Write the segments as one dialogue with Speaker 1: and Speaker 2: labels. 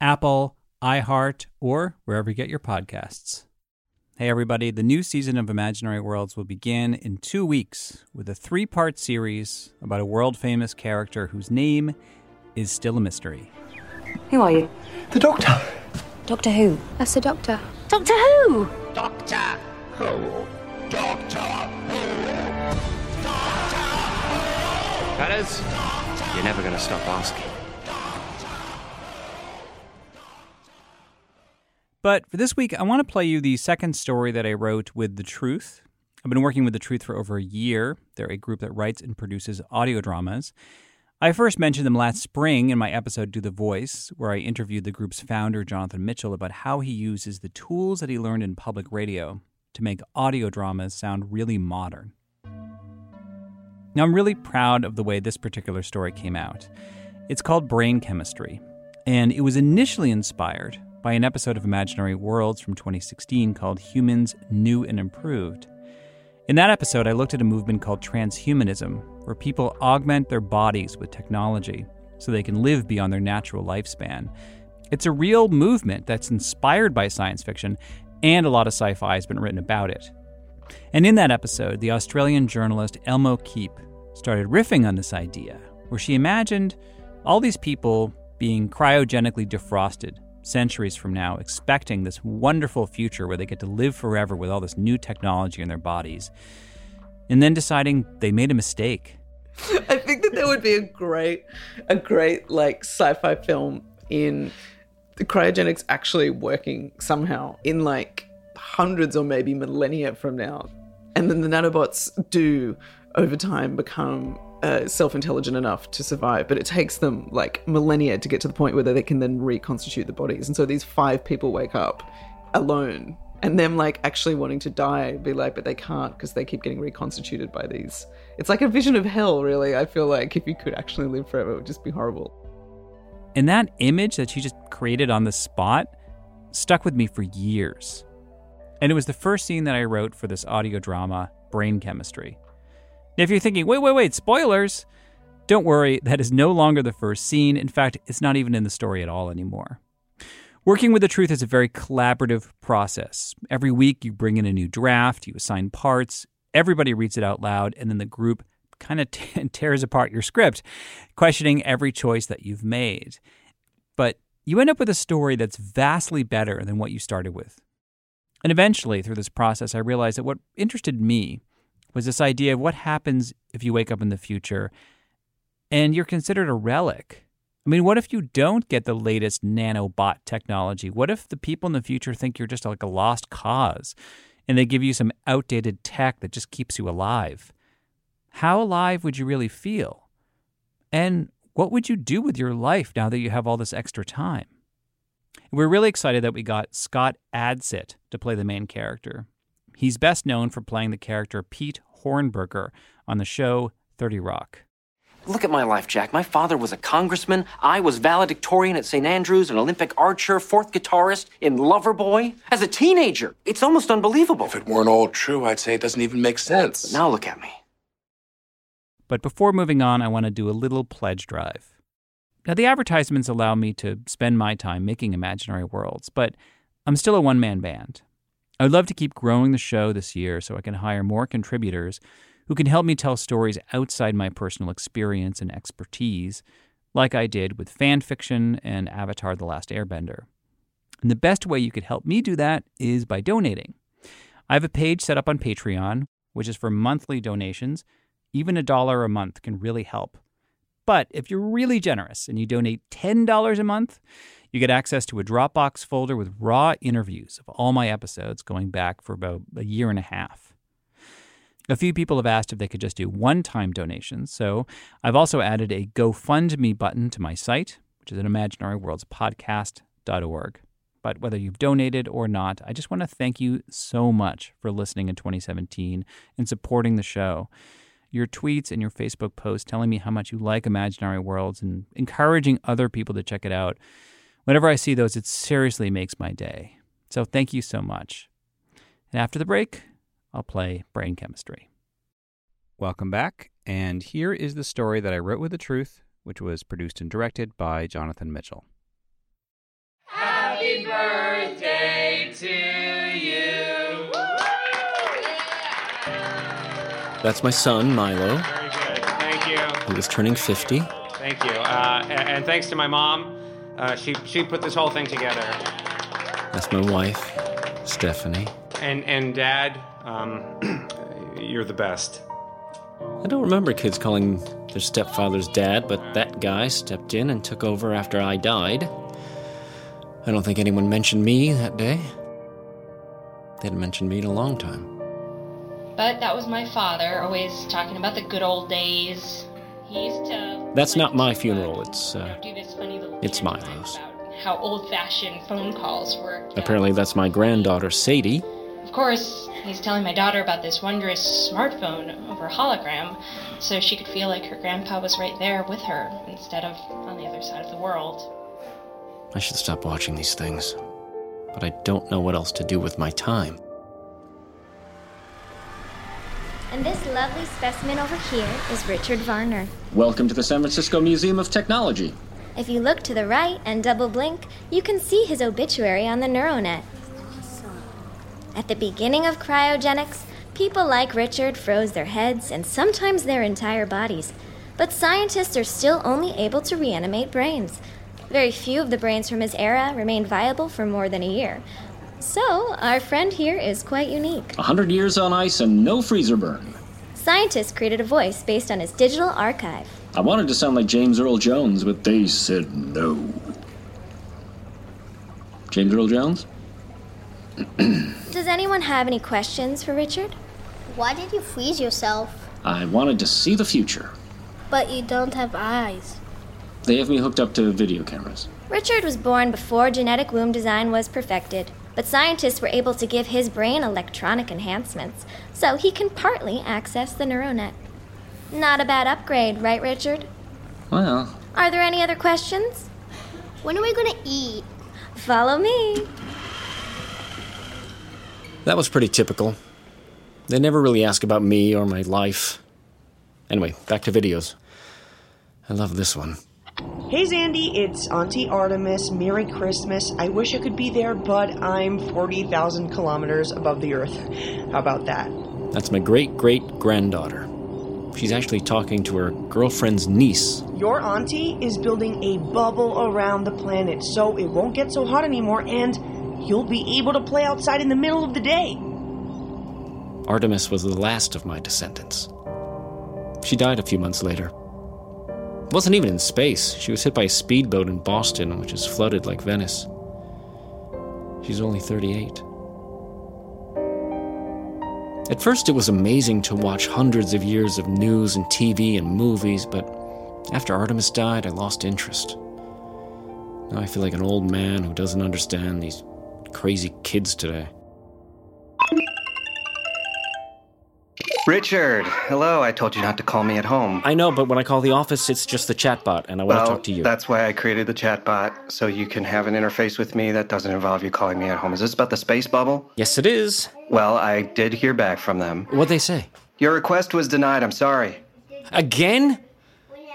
Speaker 1: Apple, iHeart, or wherever you get your podcasts. Hey, everybody, the new season of Imaginary Worlds will begin in two weeks with a three part series about a world famous character whose name is still a mystery.
Speaker 2: Who are you?
Speaker 3: The doctor.
Speaker 2: Doctor Who?
Speaker 4: That's the doctor.
Speaker 2: Doctor Who?
Speaker 5: Doctor Who? Doctor Who? Doctor Who?
Speaker 6: Fellas, you're never going to stop asking.
Speaker 1: But for this week, I want to play you the second story that I wrote with The Truth. I've been working with The Truth for over a year. They're a group that writes and produces audio dramas. I first mentioned them last spring in my episode Do the Voice, where I interviewed the group's founder, Jonathan Mitchell, about how he uses the tools that he learned in public radio to make audio dramas sound really modern. Now, I'm really proud of the way this particular story came out. It's called Brain Chemistry, and it was initially inspired by an episode of Imaginary Worlds from 2016 called Humans New and Improved. In that episode, I looked at a movement called transhumanism, where people augment their bodies with technology so they can live beyond their natural lifespan. It's a real movement that's inspired by science fiction, and a lot of sci fi has been written about it. And in that episode, the Australian journalist Elmo Keep started riffing on this idea, where she imagined all these people being cryogenically defrosted centuries from now, expecting this wonderful future where they get to live forever with all this new technology in their bodies, and then deciding they made a mistake.
Speaker 7: I think that there would be a great, a great like sci-fi film in the cryogenics actually working somehow in like hundreds or maybe millennia from now, and then the nanobots do over time become uh, self-intelligent enough to survive, but it takes them like millennia to get to the point where they can then reconstitute the bodies. And so these five people wake up alone, and them like actually wanting to die, be like, but they can't because they keep getting reconstituted by these. It's like a vision of hell, really. I feel like if you could actually live forever, it would just be horrible.
Speaker 1: And that image that she just created on the spot stuck with me for years. And it was the first scene that I wrote for this audio drama, Brain Chemistry. Now, if you're thinking, wait, wait, wait, spoilers, don't worry, that is no longer the first scene. In fact, it's not even in the story at all anymore. Working with the truth is a very collaborative process. Every week, you bring in a new draft, you assign parts, everybody reads it out loud, and then the group kind of t- tears apart your script, questioning every choice that you've made. But you end up with a story that's vastly better than what you started with. And eventually, through this process, I realized that what interested me was this idea of what happens if you wake up in the future and you're considered a relic. I mean, what if you don't get the latest nanobot technology? What if the people in the future think you're just like a lost cause and they give you some outdated tech that just keeps you alive? How alive would you really feel? And what would you do with your life now that you have all this extra time? We're really excited that we got Scott Adsit to play the main character. He's best known for playing the character Pete Hornberger on the show 30 Rock.
Speaker 6: Look at my life, Jack. My father was a congressman. I was valedictorian at St. Andrews, an Olympic archer, fourth guitarist in Loverboy. As a teenager, it's almost unbelievable.
Speaker 8: If it weren't all true, I'd say it doesn't even make sense.
Speaker 6: But now look at me.
Speaker 1: But before moving on, I want to do a little pledge drive. Now, the advertisements allow me to spend my time making imaginary worlds, but I'm still a one man band. I would love to keep growing the show this year so I can hire more contributors who can help me tell stories outside my personal experience and expertise, like I did with fan fiction and Avatar The Last Airbender. And the best way you could help me do that is by donating. I have a page set up on Patreon, which is for monthly donations. Even a dollar a month can really help. But if you're really generous and you donate $10 a month, you get access to a Dropbox folder with raw interviews of all my episodes going back for about a year and a half. A few people have asked if they could just do one time donations, so I've also added a GoFundMe button to my site, which is at imaginaryworldspodcast.org. But whether you've donated or not, I just want to thank you so much for listening in 2017 and supporting the show. Your tweets and your Facebook posts telling me how much you like Imaginary Worlds and encouraging other people to check it out. Whenever I see those, it seriously makes my day. So thank you so much. And after the break, I'll play Brain Chemistry. Welcome back. And here is the story that I wrote with the truth, which was produced and directed by Jonathan Mitchell.
Speaker 6: That's my son, Milo,
Speaker 3: Very good. Thank you.
Speaker 6: who is turning 50.
Speaker 3: Thank you. Uh, a- and thanks to my mom. Uh, she, she put this whole thing together.
Speaker 6: That's my wife, Stephanie.
Speaker 3: And, and dad, um, you're the best.
Speaker 6: I don't remember kids calling their stepfather's dad, but that guy stepped in and took over after I died. I don't think anyone mentioned me that day. They hadn't mentioned me in a long time.
Speaker 4: But that was my father, always talking about the good old days. He used to.
Speaker 6: That's not my funeral, it's, uh,
Speaker 4: do this funny little
Speaker 6: it's
Speaker 4: pantomime
Speaker 6: Milo's.
Speaker 4: about How old-fashioned phone calls were.
Speaker 6: Apparently, that's my granddaughter, Sadie.
Speaker 4: Of course, he's telling my daughter about this wondrous smartphone over hologram, so she could feel like her grandpa was right there with her instead of on the other side of the world.
Speaker 6: I should stop watching these things, but I don't know what else to do with my time.
Speaker 9: And this lovely specimen over here is Richard Varner.
Speaker 6: Welcome to the San Francisco Museum of Technology.
Speaker 9: If you look to the right and double blink, you can see his obituary on the Neuronet. At the beginning of cryogenics, people like Richard froze their heads and sometimes their entire bodies. But scientists are still only able to reanimate brains. Very few of the brains from his era remained viable for more than a year. So, our friend here is quite unique.
Speaker 6: 100 years on ice and no freezer burn.
Speaker 9: Scientists created a voice based on his digital archive.
Speaker 6: I wanted to sound like James Earl Jones, but they said no. James Earl Jones?
Speaker 9: Does anyone have any questions for Richard?
Speaker 10: Why did you freeze yourself?
Speaker 6: I wanted to see the future.
Speaker 10: But you don't have eyes.
Speaker 6: They have me hooked up to video cameras.
Speaker 9: Richard was born before genetic womb design was perfected, but scientists were able to give his brain electronic enhancements, so he can partly access the neuronet. Not a bad upgrade, right, Richard?
Speaker 6: Well,
Speaker 9: Are there any other questions?
Speaker 10: When are we gonna eat?
Speaker 9: Follow me.
Speaker 6: that was pretty typical. They never really ask about me or my life. Anyway, back to videos. I love this one.
Speaker 11: Hey Zandy, it's Auntie Artemis. Merry Christmas. I wish I could be there, but I'm 40,000 kilometers above the earth. How about that?
Speaker 6: That's my great great granddaughter. She's actually talking to her girlfriend's niece.
Speaker 11: Your auntie is building a bubble around the planet so it won't get so hot anymore and you'll be able to play outside in the middle of the day.
Speaker 6: Artemis was the last of my descendants. She died a few months later. Wasn't even in space. She was hit by a speedboat in Boston, which is flooded like Venice. She's only 38. At first, it was amazing to watch hundreds of years of news and TV and movies, but after Artemis died, I lost interest. Now I feel like an old man who doesn't understand these crazy kids today.
Speaker 12: Richard, hello. I told you not to call me at home.
Speaker 6: I know, but when I call the office, it's just the chatbot, and I want
Speaker 12: well,
Speaker 6: to talk to you.
Speaker 12: that's why I created the chatbot, so you can have an interface with me that doesn't involve you calling me at home. Is this about the space bubble?
Speaker 6: Yes, it is.
Speaker 12: Well, I did hear back from them.
Speaker 6: What'd they say?
Speaker 12: Your request was denied. I'm sorry.
Speaker 6: Again?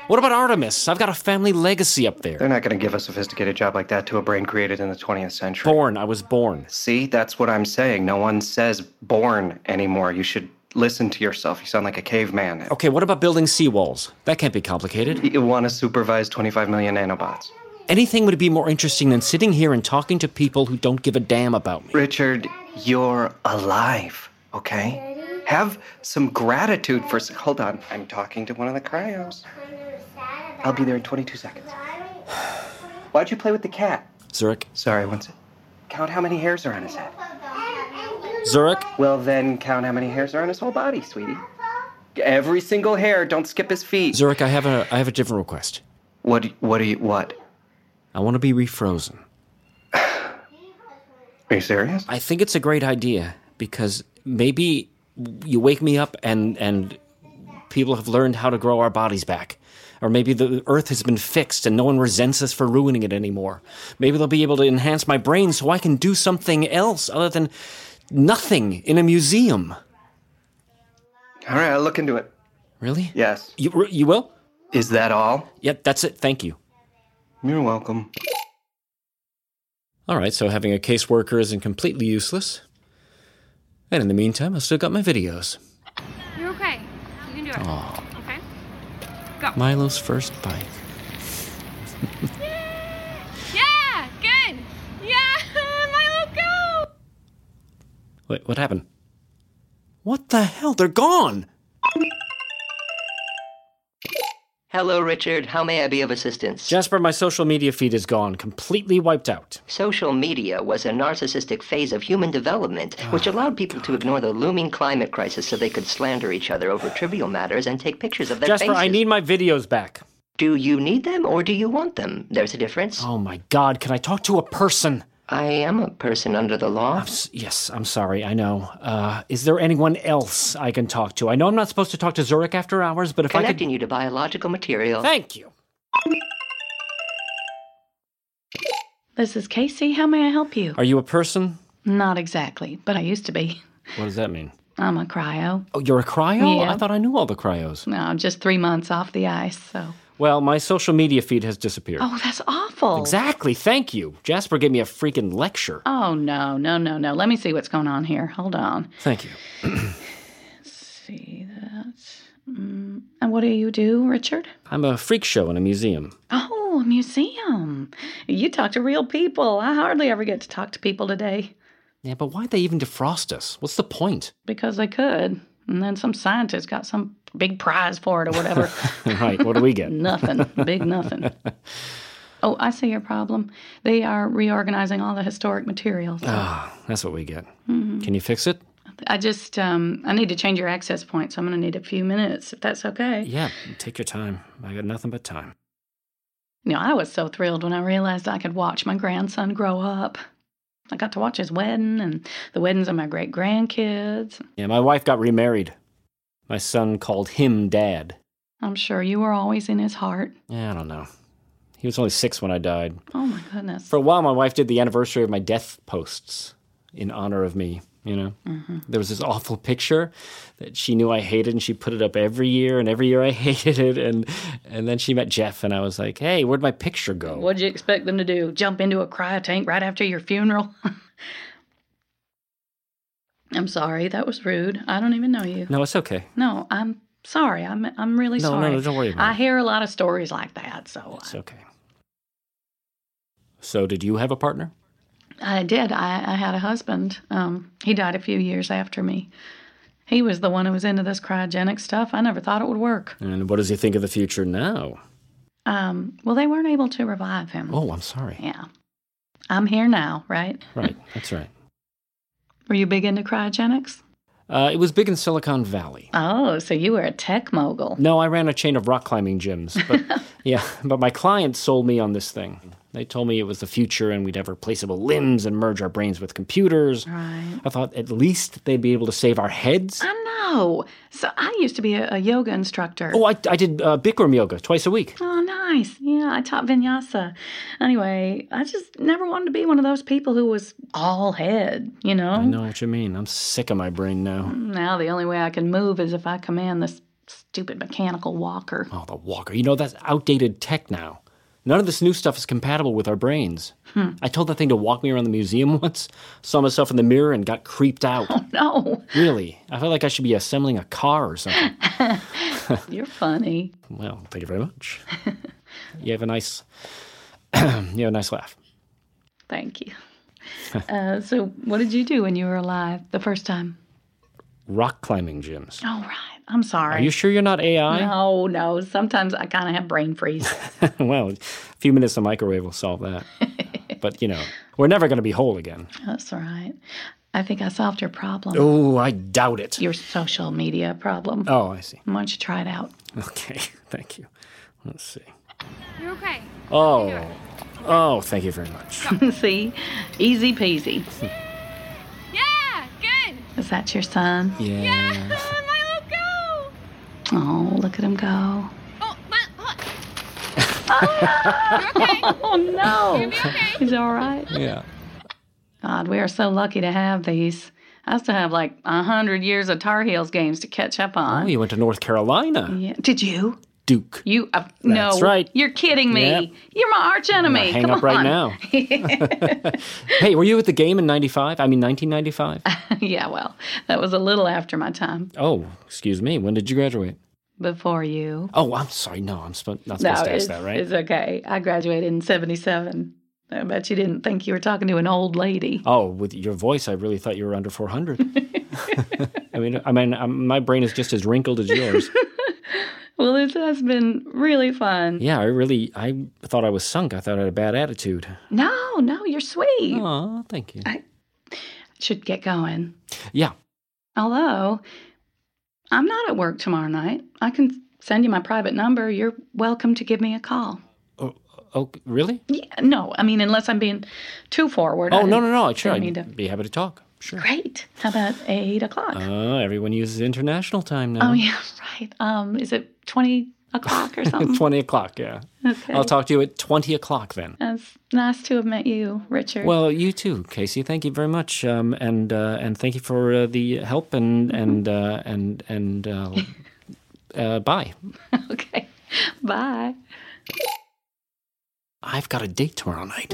Speaker 6: What about Artemis? I've got a family legacy up
Speaker 12: They're
Speaker 6: there.
Speaker 12: not going to give a sophisticated job like that to a brain created in the 20th century.
Speaker 6: Born, I was born.
Speaker 12: See, that's what I'm saying. No one says born anymore. You should listen to yourself. You sound like a caveman.
Speaker 6: Okay, what about building seawalls? That can't be complicated.
Speaker 12: You want to supervise 25 million nanobots.
Speaker 6: Anything would be more interesting than sitting here and talking to people who don't give a damn about me.
Speaker 12: Richard, you're alive, okay? Have some gratitude for. s- Hold on, I'm talking to one of the cryos. I'll be there in 22 seconds. Why'd you play with the cat?
Speaker 6: Zurich.
Speaker 12: Sorry, one sec. Count how many hairs are on his head.
Speaker 6: Zurich?
Speaker 12: Well, then count how many hairs are on his whole body, sweetie. Every single hair. Don't skip his feet.
Speaker 6: Zurich, I have a I have a different request.
Speaker 12: What what do you what?
Speaker 6: I want to be refrozen.
Speaker 12: Are you serious?
Speaker 6: I think it's a great idea because maybe you wake me up and and people have learned how to grow our bodies back. Or maybe the earth has been fixed and no one resents us for ruining it anymore. Maybe they'll be able to enhance my brain so I can do something else other than nothing in a museum.
Speaker 12: All right, I'll look into it.
Speaker 6: Really?
Speaker 12: Yes.
Speaker 6: You you will?
Speaker 12: Is that all?
Speaker 6: Yep, that's it. Thank you.
Speaker 12: You're welcome.
Speaker 6: All right, so having a caseworker isn't completely useless. And in the meantime, I've still got my videos.
Speaker 13: You're okay. You can do it.
Speaker 6: Aw.
Speaker 13: Okay? Go.
Speaker 6: Milo's first bite. Oh.
Speaker 13: Yeah! Good! Yeah! Milo, go!
Speaker 6: Wait, what happened? What the hell? They're gone!
Speaker 14: Hello, Richard. How may I be of assistance?
Speaker 6: Jasper, my social media feed is gone, completely wiped out.
Speaker 14: Social media was a narcissistic phase of human development, which allowed people to ignore the looming climate crisis so they could slander each other over trivial matters and take pictures of their
Speaker 6: Jasper,
Speaker 14: faces.
Speaker 6: I need my videos back.
Speaker 14: Do you need them or do you want them? There's a difference.
Speaker 6: Oh my god, can I talk to a person?
Speaker 14: I am a person under the law.
Speaker 6: Yes, I'm sorry, I know. Uh, is there anyone else I can talk to? I know I'm not supposed to talk to Zurich after hours, but if I
Speaker 14: Connecting
Speaker 6: could.
Speaker 14: you to biological material.
Speaker 6: Thank you.
Speaker 15: This is Casey. How may I help you?
Speaker 6: Are you a person?
Speaker 15: Not exactly, but I used to be.
Speaker 6: What does that mean?
Speaker 15: I'm a cryo.
Speaker 6: Oh, you're a cryo?
Speaker 15: Yeah.
Speaker 6: I thought I knew all the cryos.
Speaker 15: No, I'm just three months off the ice, so.
Speaker 6: Well, my social media feed has disappeared.
Speaker 15: Oh, that's awful.
Speaker 6: Exactly, thank you. Jasper gave me a freaking lecture.
Speaker 15: Oh, no, no, no, no. Let me see what's going on here. Hold on.
Speaker 6: Thank you.
Speaker 15: See that? Mm, and what do you do, Richard?
Speaker 6: I'm a freak show in a museum.
Speaker 15: Oh, a museum. You talk to real people. I hardly ever get to talk to people today
Speaker 6: Yeah, but why'd they even defrost us? What's the point?
Speaker 15: because they could. And then some scientist got some big prize for it or whatever.
Speaker 6: right, what do we get?
Speaker 15: nothing. Big nothing. Oh, I see your problem. They are reorganizing all the historic materials.
Speaker 6: Ah, that's what we get.
Speaker 15: Mhm.
Speaker 6: Can you fix it?
Speaker 15: I just um, I need to change your access point, so I'm going to need a few minutes if that's okay.
Speaker 6: Yeah, take your time. I got nothing but time.
Speaker 15: You know, I was so thrilled when I realized I could watch my grandson grow up. I got to watch his wedding and the weddings of my great grandkids.
Speaker 6: Yeah, my wife got remarried. My son called him dad.
Speaker 15: I'm sure you were always in his heart.
Speaker 6: Yeah, I don't know. He was only six when I died.
Speaker 15: Oh my goodness.
Speaker 6: For a while, my wife did the anniversary of my death posts in honor of me. You know,
Speaker 15: Mhm.
Speaker 6: there was this awful picture that she knew I hated, and she put it up every year, and every year I hated it, and and then she met Jeff, and I was like, "Hey, where'd my picture go?"
Speaker 15: What'd you expect them to do? Jump into a cryo tank right after your funeral? I'm sorry, that was rude. I don't even know you.
Speaker 6: No, it's okay.
Speaker 15: No, I'm sorry. I'm I'm really
Speaker 6: No, no,
Speaker 15: sorry.
Speaker 6: no, don't worry about
Speaker 15: I
Speaker 6: it.
Speaker 15: hear a lot of stories like that, so
Speaker 6: It's okay. So, did you have a partner?
Speaker 15: I did. I, I had a husband. Um, he died a few years after me. He was the one who was into this cryogenic stuff. I never thought it would work.
Speaker 6: And what does he think of the future now?
Speaker 15: Um, well, they weren't able to revive him.
Speaker 6: Oh, I'm sorry.
Speaker 15: Mm-hmm. Yeah. I'm here now, right?
Speaker 6: Right, that's right.
Speaker 15: Were you big into cryogenics?
Speaker 6: Uh, it was big in Silicon Valley.
Speaker 15: Oh, so you were a tech mogul.
Speaker 6: No, I ran a chain of rock climbing gyms, but yeah, but my clients sold me on this thing. They told me it was the future and we'd have replaceable limbs and merge our brains with computers.
Speaker 15: Right.
Speaker 6: I thought at least they'd be able to save our heads.
Speaker 15: I know. So I used to be a, a yoga instructor.
Speaker 6: Oh, I, I did uh, Bikram yoga twice a week.
Speaker 15: Oh, nice. Yeah, I taught vinyasa. Anyway, I just never wanted to be one of those people who was all head, you know?
Speaker 6: I know what you mean. I'm sick of my brain now.
Speaker 15: Now the only way I can move is if I command this stupid mechanical walker.
Speaker 6: Oh, the walker. You know, that's outdated tech now. None of this new stuff is compatible with our brains.
Speaker 15: Hmm.
Speaker 6: I told that thing to walk me around the museum once, saw myself in the mirror, and got creeped out.
Speaker 15: No,
Speaker 6: Really, I felt like I should be assembling a car or something.
Speaker 15: you're funny.
Speaker 6: Well, thank you very much. You have a nice, you have a nice laugh.
Speaker 15: Thank you. uh, so, what did you do when you were alive the first time?
Speaker 6: Rock climbing gyms.
Speaker 15: Oh, right. I'm sorry.
Speaker 6: Are you sure you're not AI?
Speaker 15: No, no. Sometimes I kind of have brain freeze.
Speaker 6: well, a few minutes of microwave will solve that. but you know, we're never going to be whole again.
Speaker 15: That's all right. I think I solved your problem.
Speaker 6: Oh, I doubt it.
Speaker 15: Your social media problem.
Speaker 6: Oh, I see.
Speaker 15: Why don't you try it out?
Speaker 6: Okay, thank you. Let's see.
Speaker 13: You're okay.
Speaker 6: Oh, oh, thank you very much.
Speaker 15: See? Easy peasy.
Speaker 13: Yeah, good.
Speaker 15: Is that your son?
Speaker 6: Yeah.
Speaker 13: My little go.
Speaker 15: Oh, look at him go.
Speaker 13: Oh, my. Oh.
Speaker 15: Oh, no.
Speaker 13: You'll be okay.
Speaker 15: He's all right.
Speaker 6: Yeah.
Speaker 15: God, we are so lucky to have these. I still have like a hundred years of Tar Heels games to catch up
Speaker 6: Oh,
Speaker 15: on.
Speaker 6: you went to North Carolina.
Speaker 15: Yeah. Did you?
Speaker 6: Duke.
Speaker 15: You uh, no.
Speaker 6: That's right.
Speaker 15: You're kidding me.
Speaker 6: Yep.
Speaker 15: You're my arch
Speaker 6: gonna
Speaker 15: enemy.
Speaker 6: hang
Speaker 15: Come
Speaker 6: up right
Speaker 15: on.
Speaker 6: now. Hey, were you at the game in '95? I mean, 1995.
Speaker 15: yeah. Well, that was a little after my time.
Speaker 6: oh, excuse me. When did you graduate?
Speaker 15: Before you.
Speaker 6: Oh, I'm sorry. No, I'm spo- not supposed
Speaker 15: no,
Speaker 6: to
Speaker 15: it's,
Speaker 6: ask that, right?
Speaker 15: it's okay. I graduated in '77. I bet you didn't think you were talking to an old lady.
Speaker 6: Oh, with your voice, I really thought you were under 400. I mean, I mean, um, my brain is just as wrinkled as yours.
Speaker 15: Well, this has been really fun.
Speaker 6: yeah, I really, I thought I was sunk. I thought I had a bad attitude.
Speaker 15: No, no, you're sweet.
Speaker 6: Oh, thank you.
Speaker 15: I should get going.
Speaker 6: Yeah.
Speaker 15: Although I'm not at work tomorrow night. I can send you my private number. You're welcome to give me a call.
Speaker 6: Oh, oh really?
Speaker 15: Yeah, no, I mean, unless I'm being too forward.
Speaker 6: Oh,
Speaker 15: I
Speaker 6: no, no, no. Sure,
Speaker 15: didn't mean to-
Speaker 6: I'd be happy to talk. Sure.
Speaker 15: Great. How about eight o'clock?
Speaker 6: Uh, everyone uses international time now.
Speaker 15: Oh, yeah, right. Um, is it 20 o'clock or something?
Speaker 6: 20 o'clock, yeah.
Speaker 15: Okay.
Speaker 6: I'll talk to you at 20 o'clock then.
Speaker 15: It's nice to have met you, Richard.
Speaker 6: Well, you too, Casey. Thank you very much, um, and uh, and thank you for uh, the help, and and uh, and and uh, uh, bye.
Speaker 15: bye.
Speaker 6: I've got a date tomorrow night.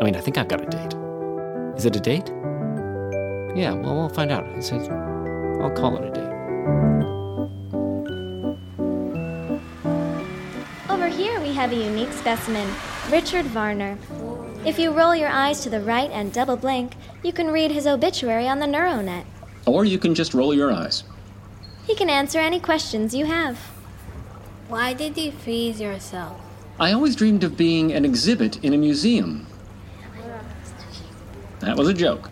Speaker 6: I mean, I think I've got a date. Is it a date? Yeah, well, we'll find out. It's a, I'll call it a date.
Speaker 9: Over here, we have a unique specimen, Richard Varner. If you roll your eyes to the right and double blink, you can read his obituary on the Neuronet.
Speaker 16: Or you can just roll your eyes.
Speaker 9: He can answer any questions you have.
Speaker 10: Why did you freeze yourself?
Speaker 16: I always dreamed of being an exhibit in a museum. That was a joke.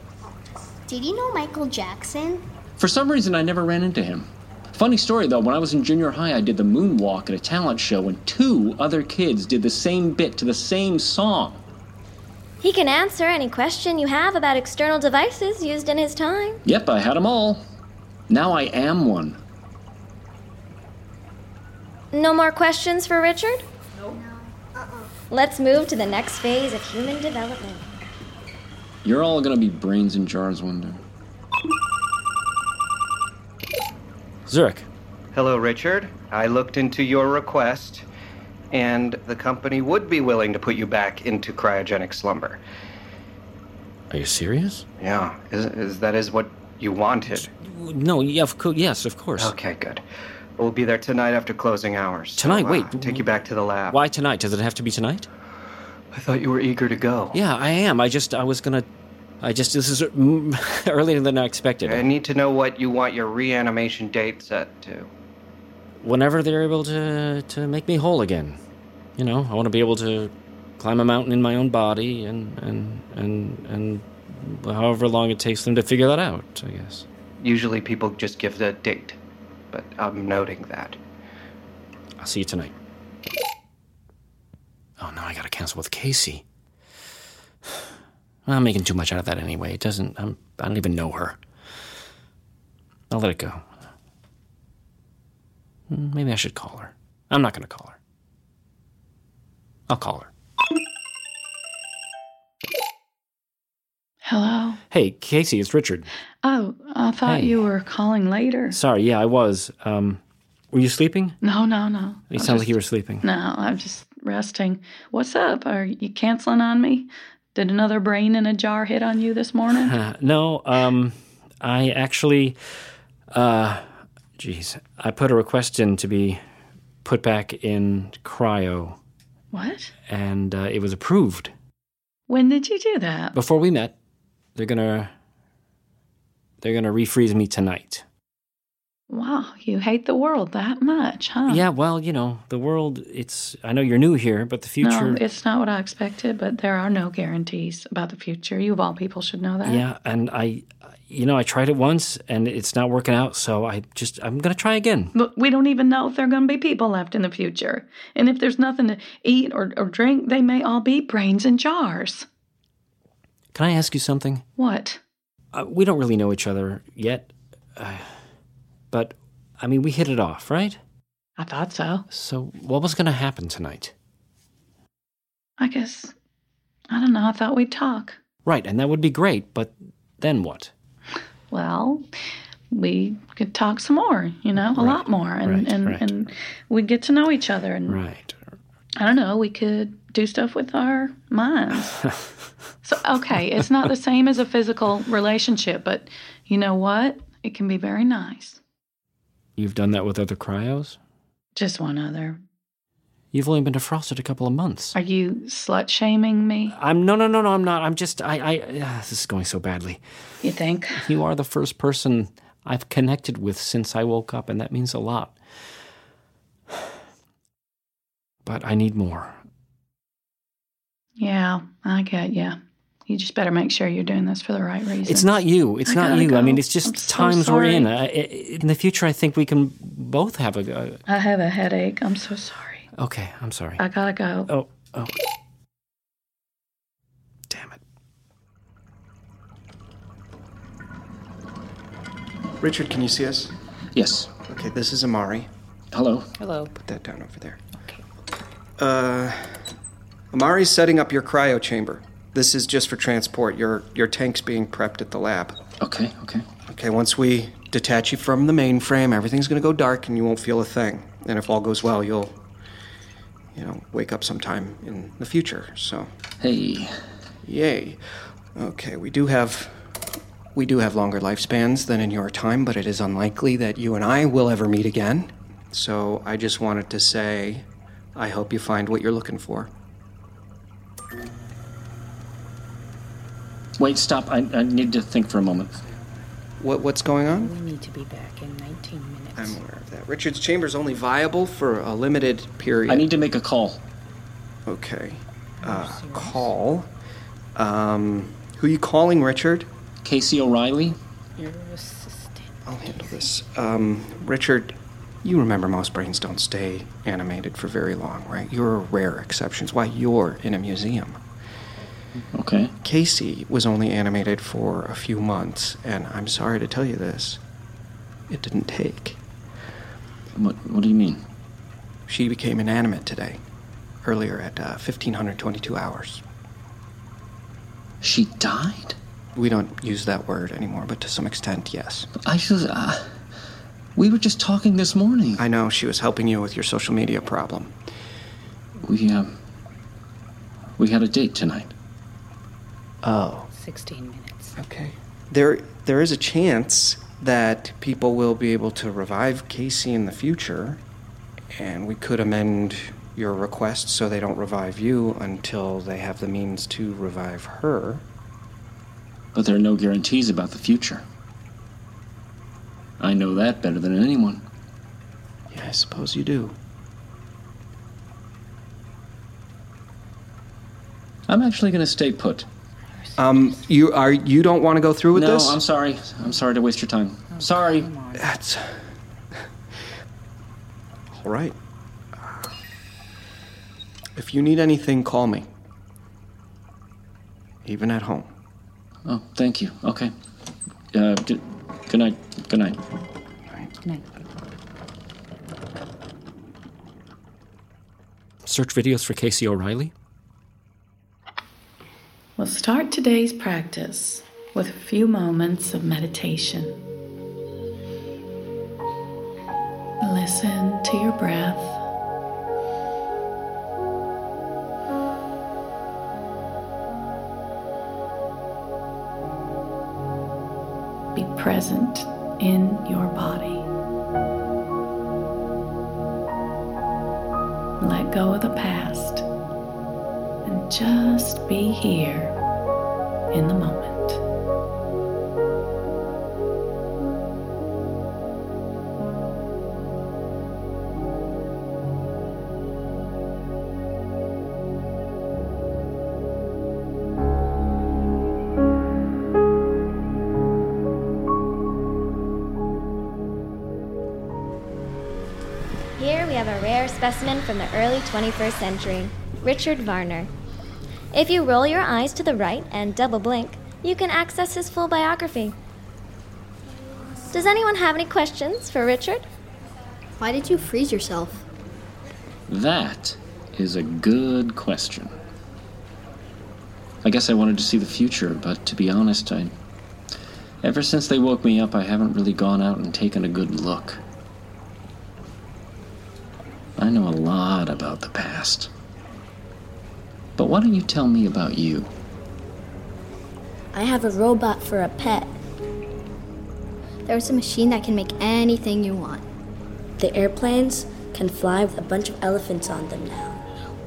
Speaker 10: Did you know Michael Jackson?
Speaker 16: For some reason, I never ran into him. Funny story though, when I was in junior high, I did the moonwalk at a talent show, and two other kids did the same bit to the same song.
Speaker 9: He can answer any question you have about external devices used in his time.
Speaker 16: Yep, I had them all. Now I am one.
Speaker 9: No more questions for Richard? No. Let's move to the next phase of human development.
Speaker 16: You're all gonna be brains in jars one day.
Speaker 6: Zurich.
Speaker 12: Hello, Richard. I looked into your request, and the company would be willing to put you back into cryogenic slumber.
Speaker 6: Are you serious?
Speaker 12: Yeah, is, is that is what you wanted?
Speaker 6: No, yeah, of co- yes, of course.
Speaker 12: Okay, good. We'll be there tonight after closing hours. So,
Speaker 6: Tonight?
Speaker 12: uh,
Speaker 6: Wait.
Speaker 12: take you back to the lab.
Speaker 6: Why tonight? Does it have to be tonight?
Speaker 12: I thought you were eager to go.
Speaker 6: Yeah, I am. I just, I was gonna, I just, this is mm, earlier than I expected.
Speaker 12: I need to know what you want your reanimation date set to.
Speaker 6: Whenever they're able to to make me whole again, you know, I want to be able to climb a mountain in my own body, and and and and however long it takes them to figure that out, I guess.
Speaker 12: Usually people just give the date, but I'm noting that.
Speaker 6: I'll see you tonight. Oh no, I gotta cancel with Casey. I'm making too much out of that anyway. It doesn't. I'm, I don't even know her. I'll let it go. Hmm, Maybe I should call her. I'm not gonna call her. I'll call her.
Speaker 15: Hello.
Speaker 6: Hey, Casey, it's Richard.
Speaker 15: Oh, I thought
Speaker 6: Hey.
Speaker 15: you were calling later.
Speaker 6: Sorry, yeah, I was. Um, were you sleeping?
Speaker 15: No, no, no.
Speaker 6: You sound like you were sleeping.
Speaker 15: No, I'm just resting. What's up? Are you canceling on me? Did another brain in a jar hit on you this morning?
Speaker 6: Uh, no, um, I actually, uh, geez, I put a request in to be put back in cryo,
Speaker 15: what?
Speaker 6: and uh, it was approved.
Speaker 15: When did you do that?
Speaker 6: Before we met, they're gonna they're gonna refreeze me tonight.
Speaker 15: Wow, you hate the world that much, huh?
Speaker 6: Yeah, well, you know, the world. It's I know you're new here, but the future.
Speaker 15: No, it's not what I expected, but there are no guarantees about the future. You of all people should know that.
Speaker 6: yeah, and I, you know, I tried it once and it's not working out, so I just I'm gonna try again.
Speaker 15: But we don't even know if there are going to be people left in the future. And if there's nothing to eat or, or drink, they may all be brains in jars.
Speaker 6: Can I ask you something?
Speaker 15: What?
Speaker 6: Uh, we don't really know each other yet, uh, but I mean, we hit it off, right?
Speaker 15: I thought so.
Speaker 6: So, what was gonna happen tonight?
Speaker 15: I guess, I don't know, I thought we'd talk.
Speaker 6: Right, and that would be great, but then what?
Speaker 15: Well, we could talk some more, you know, a lot more. And,
Speaker 6: right,
Speaker 15: and,
Speaker 6: right.
Speaker 15: and we'd get to know each other. And
Speaker 6: Right.
Speaker 15: I don't know, we could do stuff with our minds. so, okay, it's not the same as a physical relationship, but you know what? It can be very nice.
Speaker 6: You've done that with other cryos?
Speaker 15: Just one other.
Speaker 6: You've only been defrosted a couple of months.
Speaker 15: Are you slut shaming me?
Speaker 6: I'm no, no, no, no. I'm not. I'm just. I. I. ah, this is going so badly.
Speaker 15: You think?
Speaker 6: You are the first person I've connected with since I woke up, and that means a lot. But I need more.
Speaker 15: Yeah, I get you. You just better make sure you're doing this for the right reason.
Speaker 6: It's not you. It's
Speaker 15: I
Speaker 6: not
Speaker 15: gotta
Speaker 6: you. I
Speaker 15: go.
Speaker 6: mean, it's just
Speaker 15: I'm so
Speaker 6: times we're in.
Speaker 15: sorry.
Speaker 6: I, I- in the future, I think we can both have a. go.
Speaker 15: I have a headache. I'm so sorry.
Speaker 6: okay, I'm sorry.
Speaker 15: I gotta go.
Speaker 6: Oh, oh.
Speaker 17: Richard, can you see us?
Speaker 16: Yes.
Speaker 17: Okay, this is Amari.
Speaker 16: Hello.
Speaker 17: Hello. Put that down over there. Okay. Uh, Amari's setting up your cryo chamber. This is just for transport. Your your tank's being prepped at the lab.
Speaker 16: Okay, okay.
Speaker 17: Okay, once we detach you from the mainframe, everything's gonna go dark and you won't feel a thing. And if all goes well, you'll you know, wake up sometime in the future. So
Speaker 16: Hey.
Speaker 17: Yay. Okay, we do have we do have longer lifespans than in your time, but it is unlikely that you and I will ever meet again. So I just wanted to say I hope you find what you're looking for.
Speaker 16: Wait, stop. I, I need to think for a moment.
Speaker 17: What what's going on?
Speaker 18: We need to be back in 19 minutes.
Speaker 17: I'm aware of that. Richard's chamber's only viable for a uh, limited period.
Speaker 16: I need to make a call.
Speaker 17: Okay. Uh, call. Um, who you calling, Richard?
Speaker 16: Casey O'Reilly.
Speaker 18: Your assistant.
Speaker 17: I'll handle this. Um, Richard, you remember most brains don't stay animated for very long, right? You're a rare exception. It's why you're in a museum.
Speaker 16: Okay.
Speaker 17: Casey was only animated for a few months, and I'm sorry to tell you this. It didn't take.
Speaker 16: What, what do you mean?
Speaker 17: She became inanimate today, earlier at uh, 1522 hours.
Speaker 16: She died?
Speaker 17: We don't use that word anymore, but to some extent, yes.
Speaker 16: I just. Uh, we were just talking this morning.
Speaker 17: I know she was helping you with your social media problem.
Speaker 16: We, um. We had a date tonight.
Speaker 17: Oh.
Speaker 18: 16 minutes.
Speaker 17: Okay. there there is a chance that people will be able to revive Casey in the future, and we could amend your request so they don't revive you until they have the means to revive her.
Speaker 16: But there are no guarantees about the future. I know that better than anyone.
Speaker 17: Yeah, I suppose you do.
Speaker 16: I'm actually going to stay put.
Speaker 17: Um, you are you don't want to go through with
Speaker 16: no,
Speaker 17: this?
Speaker 16: I'm sorry. I'm sorry to waste your time. sorry.
Speaker 17: That's all right. If you need anything, call me. Even at home.
Speaker 16: Oh, thank you. Okay. Uh, d- good night. Good night.
Speaker 6: Search videos for Casey O'Reilly.
Speaker 15: We'll start today's practice with a few moments of meditation. Listen to your breath. present in your body. Let go of the past and just be here in the moment.
Speaker 9: Here we have a rare specimen from the early 21st century, Richard Varner. If you roll your eyes to the right and double blink, you can access his full biography. Does anyone have any questions for Richard? Why did you freeze yourself?
Speaker 16: That is a good question. I guess I wanted to see the future, but to be honest, I. Ever since they woke me up, I haven't really gone out and taken a good look. I know a lot about the past. But why don't you tell me about you?
Speaker 10: I have a robot for a pet. There's a machine that can make anything you want. The airplanes can fly with a bunch of elephants on them now.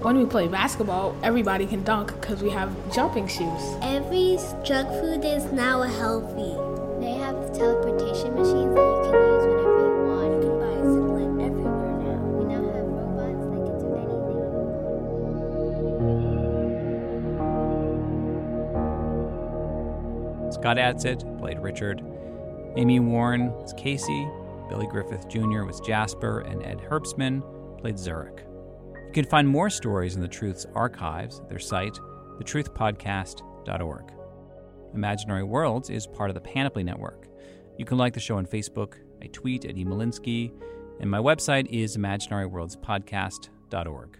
Speaker 19: When we play basketball, everybody can dunk because we have jumping shoes.
Speaker 10: Every junk food is now healthy. They have teleportation machines that you can use whenever you want. You can buy a Zipline everywhere now. We now have robots that can do anything.
Speaker 1: Scott Adsit played Richard. Amy Warren was Casey. Billy Griffith Jr. was Jasper, and Ed Herbstman played Zurich. You can find more stories in the Truth's archives at their site, thetruthpodcast.org. Imaginary Worlds is part of the Panoply Network. You can like the show on Facebook. I tweet at E. Malinsky, and my website is imaginaryworldspodcast.org.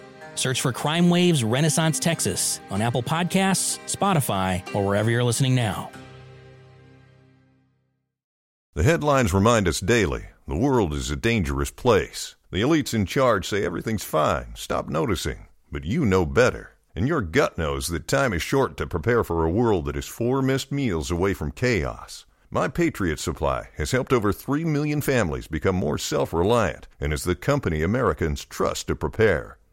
Speaker 20: Search for Crime Waves Renaissance Texas on Apple Podcasts, Spotify, or wherever you're listening now.
Speaker 21: The headlines remind us daily the world is a dangerous place. The elites in charge say everything's fine, stop noticing. But you know better. And your gut knows that time is short to prepare for a world that is four missed meals away from chaos. My Patriot Supply has helped over 3 million families become more self reliant and is the company Americans trust to prepare.